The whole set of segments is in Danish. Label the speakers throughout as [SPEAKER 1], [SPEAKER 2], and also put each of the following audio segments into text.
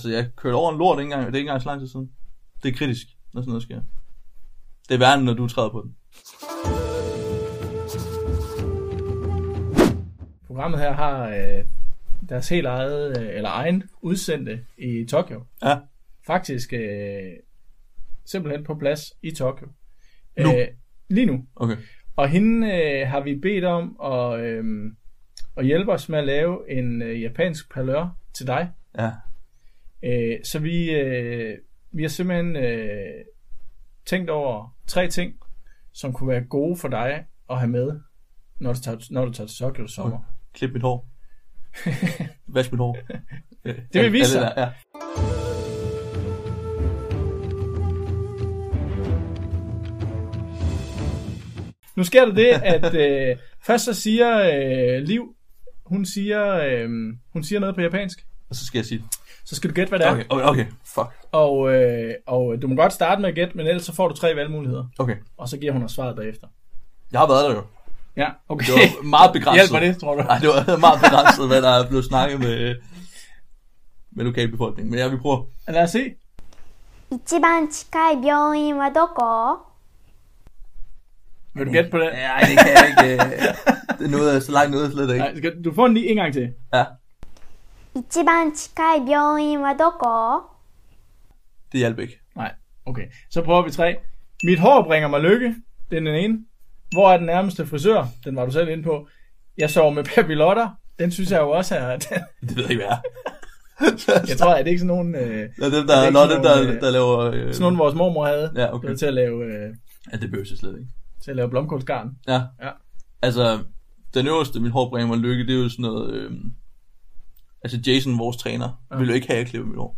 [SPEAKER 1] Så jeg kørte over en lort ikke engang, det er ikke engang så lang tid siden. Det er kritisk, når sådan noget sker. Det er værre, end når du træder på den.
[SPEAKER 2] Programmet her har øh, deres helt eget, øh, eller egen udsendte i Tokyo.
[SPEAKER 1] Ja.
[SPEAKER 2] Faktisk øh, simpelthen på plads i Tokyo.
[SPEAKER 1] Nu?
[SPEAKER 2] Øh, lige nu.
[SPEAKER 1] Okay.
[SPEAKER 2] Og hende øh, har vi bedt om at, øh, at hjælpe os med at lave en øh, japansk parlør til dig.
[SPEAKER 1] Ja.
[SPEAKER 2] Øh, så vi, øh, vi har simpelthen øh, tænkt over tre ting, som kunne være gode for dig at have med, når du tager, når du tager til Tokyo sommer.
[SPEAKER 1] Klip mit hår. Vask mit hår.
[SPEAKER 2] Det vil vise
[SPEAKER 1] Ja,
[SPEAKER 2] sig.
[SPEAKER 1] det der, Ja.
[SPEAKER 2] Nu sker der det, at øh, først så siger øh, Liv, hun siger, øh, hun siger noget på japansk.
[SPEAKER 1] Og så skal jeg sige det.
[SPEAKER 2] Så skal du gætte, hvad det er.
[SPEAKER 1] Okay, okay, okay. Fuck.
[SPEAKER 2] Og, øh, og du må godt starte med at gætte, men ellers så får du tre valgmuligheder.
[SPEAKER 1] Okay.
[SPEAKER 2] Og så giver hun os svaret bagefter.
[SPEAKER 1] Jeg har været der jo.
[SPEAKER 2] Ja, okay.
[SPEAKER 1] Det var meget begrænset.
[SPEAKER 2] Hjælper det, tror du?
[SPEAKER 1] Nej, det var meget begrænset, hvad der er blevet snakket med, med lokalbefolkningen. Men jeg vil prøve.
[SPEAKER 2] Lad os se.
[SPEAKER 3] 一番近い病院はどこ
[SPEAKER 2] Vil du gætte på det?
[SPEAKER 1] Nej, det kan jeg ikke. Det er noget, så langt noget slet ikke.
[SPEAKER 2] øh. Nej, skal- du får den lige en gang til.
[SPEAKER 1] Ja,
[SPEAKER 3] 一番近い病院はどこ
[SPEAKER 1] det hjalp ikke.
[SPEAKER 2] Nej, okay. Så prøver vi tre. Mit hår bringer mig lykke. Det er den ene. Hvor er den nærmeste frisør? Den var du selv inde på. Jeg sover med papillotter. Den synes jeg jo også er...
[SPEAKER 1] Det ved jeg ikke, hvad er.
[SPEAKER 2] jeg tror, at det ikke sådan nogen... Øh,
[SPEAKER 1] Nå, dem, der,
[SPEAKER 2] Det er ikke
[SPEAKER 1] nå,
[SPEAKER 2] sådan
[SPEAKER 1] dem, der,
[SPEAKER 2] nogle, øh,
[SPEAKER 1] der laver... Øh,
[SPEAKER 2] sådan nogen, vores mormor havde.
[SPEAKER 1] Ja, okay.
[SPEAKER 2] Det var Til at lave, øh,
[SPEAKER 1] ja, det behøver jeg slet ikke.
[SPEAKER 2] til at lave blomkålsgarn.
[SPEAKER 1] Ja.
[SPEAKER 2] Ja.
[SPEAKER 1] Altså, den øverste, min hår bringer mig lykke, det er jo sådan noget... Øh, altså, Jason, vores træner,
[SPEAKER 2] Ja.
[SPEAKER 1] ja. ville jo ikke have, at jeg klipper mit hår.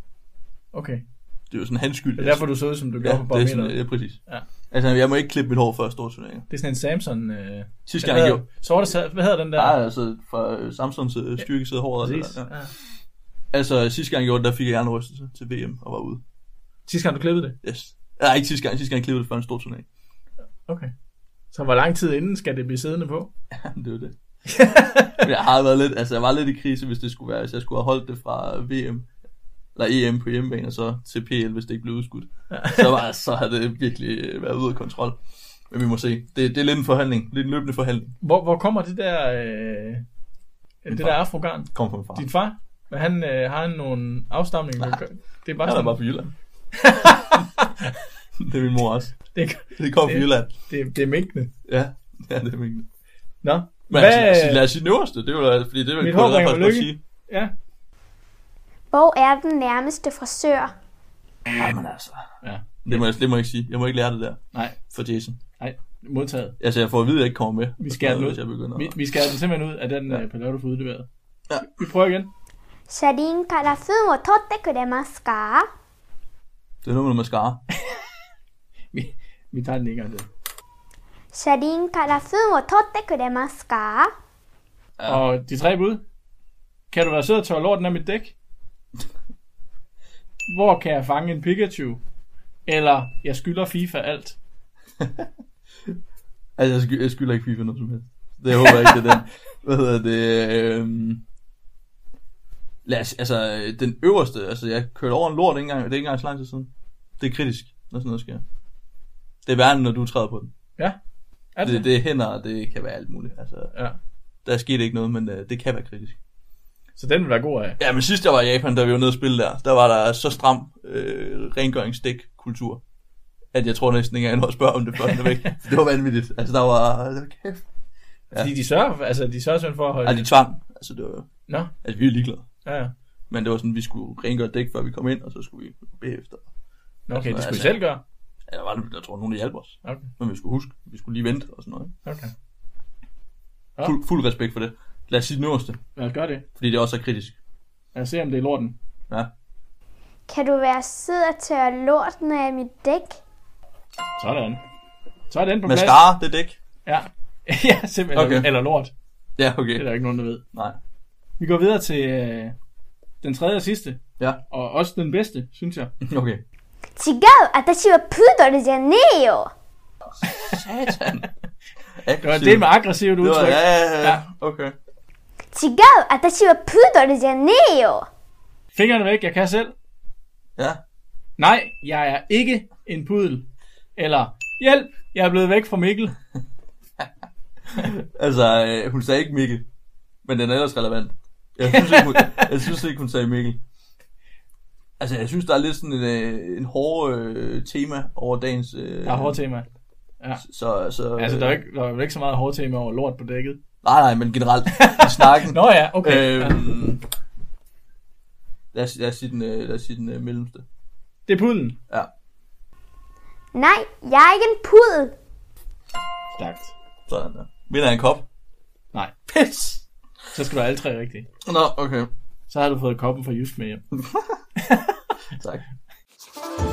[SPEAKER 2] Okay.
[SPEAKER 1] Det er jo sådan hans skyld.
[SPEAKER 2] Det er derfor, du så ud, som du
[SPEAKER 1] ja,
[SPEAKER 2] gjorde på
[SPEAKER 1] det er
[SPEAKER 2] barometeret.
[SPEAKER 1] sådan, ja, præcis.
[SPEAKER 2] Ja.
[SPEAKER 1] Ja. Altså, jeg må ikke klippe mit hår før store turneringer.
[SPEAKER 2] Det er sådan en Samson... Øh,
[SPEAKER 1] Sidste
[SPEAKER 2] hvad
[SPEAKER 1] gang jeg
[SPEAKER 2] hedder-
[SPEAKER 1] gjorde...
[SPEAKER 2] sorte sa- hvad hedder den der?
[SPEAKER 1] Ja, altså fra øh, Samsons øh, styrkesæde håret. og det
[SPEAKER 2] Præcis.
[SPEAKER 1] der, ja.
[SPEAKER 2] Ja.
[SPEAKER 1] Altså sidste gang jeg gjorde det, der fik jeg hjernerystelse til VM og var ude.
[SPEAKER 2] Sidste gang, du klippede det?
[SPEAKER 1] Yes. Nej, ikke sidste gang. Sidste gang jeg klippede det før en stor turnering.
[SPEAKER 2] Okay. Så hvor lang tid inden skal det blive siddende på?
[SPEAKER 1] det var det. Men jeg har været lidt, altså jeg var lidt i krise, hvis det skulle være, hvis jeg skulle have holdt det fra VM eller EM på hjemmebane, og så til PL, hvis det ikke blev udskudt. så, var, så havde det virkelig øh, været ude af kontrol. Men vi må se. Det, det er lidt en forhandling. Lidt en løbende forhandling.
[SPEAKER 2] Hvor, hvor kommer det der, øh, det
[SPEAKER 1] far.
[SPEAKER 2] der afrogarn?
[SPEAKER 1] Kom fra min far.
[SPEAKER 2] Din far? Men han øh, har han nogle afstamninger?
[SPEAKER 1] Nej.
[SPEAKER 2] Det er bare
[SPEAKER 1] Han er
[SPEAKER 2] sådan,
[SPEAKER 1] bare fra Jylland. det er min mor også.
[SPEAKER 2] det,
[SPEAKER 1] Det kom fra
[SPEAKER 2] Det-
[SPEAKER 1] Jylland.
[SPEAKER 2] det, det er minkene.
[SPEAKER 1] Ja, ja det er min.
[SPEAKER 2] Nå,
[SPEAKER 1] Men
[SPEAKER 2] hvad,
[SPEAKER 1] altså, lad, os, lad os sige den øverste, det er jo, fordi det er jo
[SPEAKER 2] Mit
[SPEAKER 1] kunne
[SPEAKER 2] håb
[SPEAKER 1] jeg
[SPEAKER 2] ringer
[SPEAKER 1] faktisk godt
[SPEAKER 2] lykke.
[SPEAKER 1] sige.
[SPEAKER 2] ja,
[SPEAKER 3] hvor er den nærmeste frisør
[SPEAKER 1] Jamen altså.
[SPEAKER 2] Ja.
[SPEAKER 1] Det må, jeg, det må jeg ikke sige. Jeg må ikke lære det der
[SPEAKER 2] nej,
[SPEAKER 1] for Jason.
[SPEAKER 2] nej, modtaget.
[SPEAKER 1] Altså, jeg får at vide, at jeg ikke kommer med. Altså,
[SPEAKER 2] Vi skærer den ud.
[SPEAKER 1] Hvis jeg begynder.
[SPEAKER 2] Vi,
[SPEAKER 1] at-
[SPEAKER 2] vi skal have den simpelthen ud af den
[SPEAKER 1] Ja.
[SPEAKER 2] ja. pilot, du får udleveret.
[SPEAKER 1] Ja.
[SPEAKER 2] Vi prøver igen.
[SPEAKER 3] 車輪から糞を取ってくれますか
[SPEAKER 1] Det er noget med noget mascara.
[SPEAKER 2] Vi, vi tager den ikke engang til.
[SPEAKER 3] 車輪から糞を取ってくれますか
[SPEAKER 1] Ja.
[SPEAKER 2] Og de tre bud. Kan du være sød og tørre lorten af mit dæk? Hvor kan jeg fange en Pikachu? Eller, jeg skylder FIFA alt.
[SPEAKER 1] Altså, jeg, sky- jeg skylder ikke FIFA noget som helst. Det jeg håber jeg ikke, det er den. Hvad hedder det? Øhm... Lad os, altså, den øverste, altså, jeg kørte over en lort ikke engang, det er ikke engang så lang tid siden. Det er kritisk, når sådan noget sker. Det er værre, end når du træder på den.
[SPEAKER 2] Er det,
[SPEAKER 1] Det,
[SPEAKER 2] det,
[SPEAKER 1] det er hænder, og det kan være alt muligt. Altså,
[SPEAKER 2] Ja.
[SPEAKER 1] Der skete ikke noget, men øh, det kan være kritisk.
[SPEAKER 2] Så den vil være god af.
[SPEAKER 1] Ja, men sidst jeg var i Japan, der vi var nede og spille der, der var der så stram øh, rengøringsdæk-kultur, at jeg tror næsten ikke engang, at spørge om det før, den er væk. det var vanvittigt. Altså, der var... Det var kæft.
[SPEAKER 2] Ja. Fordi de sørger, for- altså, de sørger simpelthen for at holde...
[SPEAKER 1] Ja, de tvang. Altså, det var,
[SPEAKER 2] Nå,
[SPEAKER 1] altså, vi er ligeglade.
[SPEAKER 2] ja, ja.
[SPEAKER 1] Men det var sådan, vi skulle rengøre dæk, før vi kom ind, og så skulle vi bagefter.
[SPEAKER 2] Nå, okay,
[SPEAKER 1] Altså,
[SPEAKER 2] det skulle I
[SPEAKER 1] altså-
[SPEAKER 2] selv gøre.
[SPEAKER 1] Ja, der var der tror jeg, nogen, der hjalp os.
[SPEAKER 2] Okay,
[SPEAKER 1] Men vi skulle huske, vi skulle lige vente og sådan noget. ikke?
[SPEAKER 2] okay. Ja.
[SPEAKER 1] Fuld, fuld respekt for det. Lad os sige den øverste,
[SPEAKER 2] Lad os gøre det.
[SPEAKER 1] fordi det også er kritisk.
[SPEAKER 2] Lad os se, om det er lorten.
[SPEAKER 1] Ja.
[SPEAKER 3] Kan du være sød og tørre lorten af mit dæk?
[SPEAKER 2] Sådan. Så er den på plads.
[SPEAKER 1] Mascara, det er dæk.
[SPEAKER 2] Ja. ja, simpelthen. Okay.
[SPEAKER 1] Okay.
[SPEAKER 2] Eller lort.
[SPEAKER 1] Ja,
[SPEAKER 2] Det er
[SPEAKER 1] okay.
[SPEAKER 2] der ikke nogen, der ved.
[SPEAKER 1] Nej.
[SPEAKER 2] Vi går videre til øh, den tredje og sidste.
[SPEAKER 1] Ja.
[SPEAKER 2] Og også den bedste, synes jeg.
[SPEAKER 1] Okay.
[SPEAKER 3] 違う私はプードルじゃねえよ
[SPEAKER 1] Satan.
[SPEAKER 2] Det var det med aggressivt
[SPEAKER 1] det var,
[SPEAKER 2] udtryk.
[SPEAKER 1] ja, ja, ja,
[SPEAKER 2] Ja.
[SPEAKER 1] ja. Okay.
[SPEAKER 3] 違う私はプードルじゃねえよ
[SPEAKER 2] Fingrene væk, jeg kan selv.
[SPEAKER 1] Ja.
[SPEAKER 2] Nej, jeg er ikke en pudel. Eller, hjælp, jeg er blevet væk fra Mikkel.
[SPEAKER 1] Altså, øh, hun sagde ikke Mikkel, men den er ellers relevant. Jeg synes ikke, hun, jeg synes ikke, hun sagde Mikkel. Altså, jeg synes, der er lidt sådan en, øh, en hård øh, tema over dagens... Øh,
[SPEAKER 2] Der er hårdt tema.
[SPEAKER 1] Så, så,
[SPEAKER 2] Altså, der er, jo ikke, der er jo ikke så meget hårdt tema over lort på dækket.
[SPEAKER 1] Nej, nej, men generelt i snakken.
[SPEAKER 2] Nå ja, okay. Øh... Ja.
[SPEAKER 1] Øhm, lad, os, lad, os sige den, øh, lad os sige den øh, mellemste.
[SPEAKER 2] Det er pudlen.
[SPEAKER 1] Ja.
[SPEAKER 3] Nej, jeg er ikke en pudel.
[SPEAKER 2] Stærkt.
[SPEAKER 1] Sådan der. Vinder jeg en kop?
[SPEAKER 2] Nej.
[SPEAKER 1] Pis!
[SPEAKER 2] Så skal du have alle tre rigtigt.
[SPEAKER 1] Nå, okay.
[SPEAKER 2] Så har du fået koppen fra Just med hjem.
[SPEAKER 1] Tak.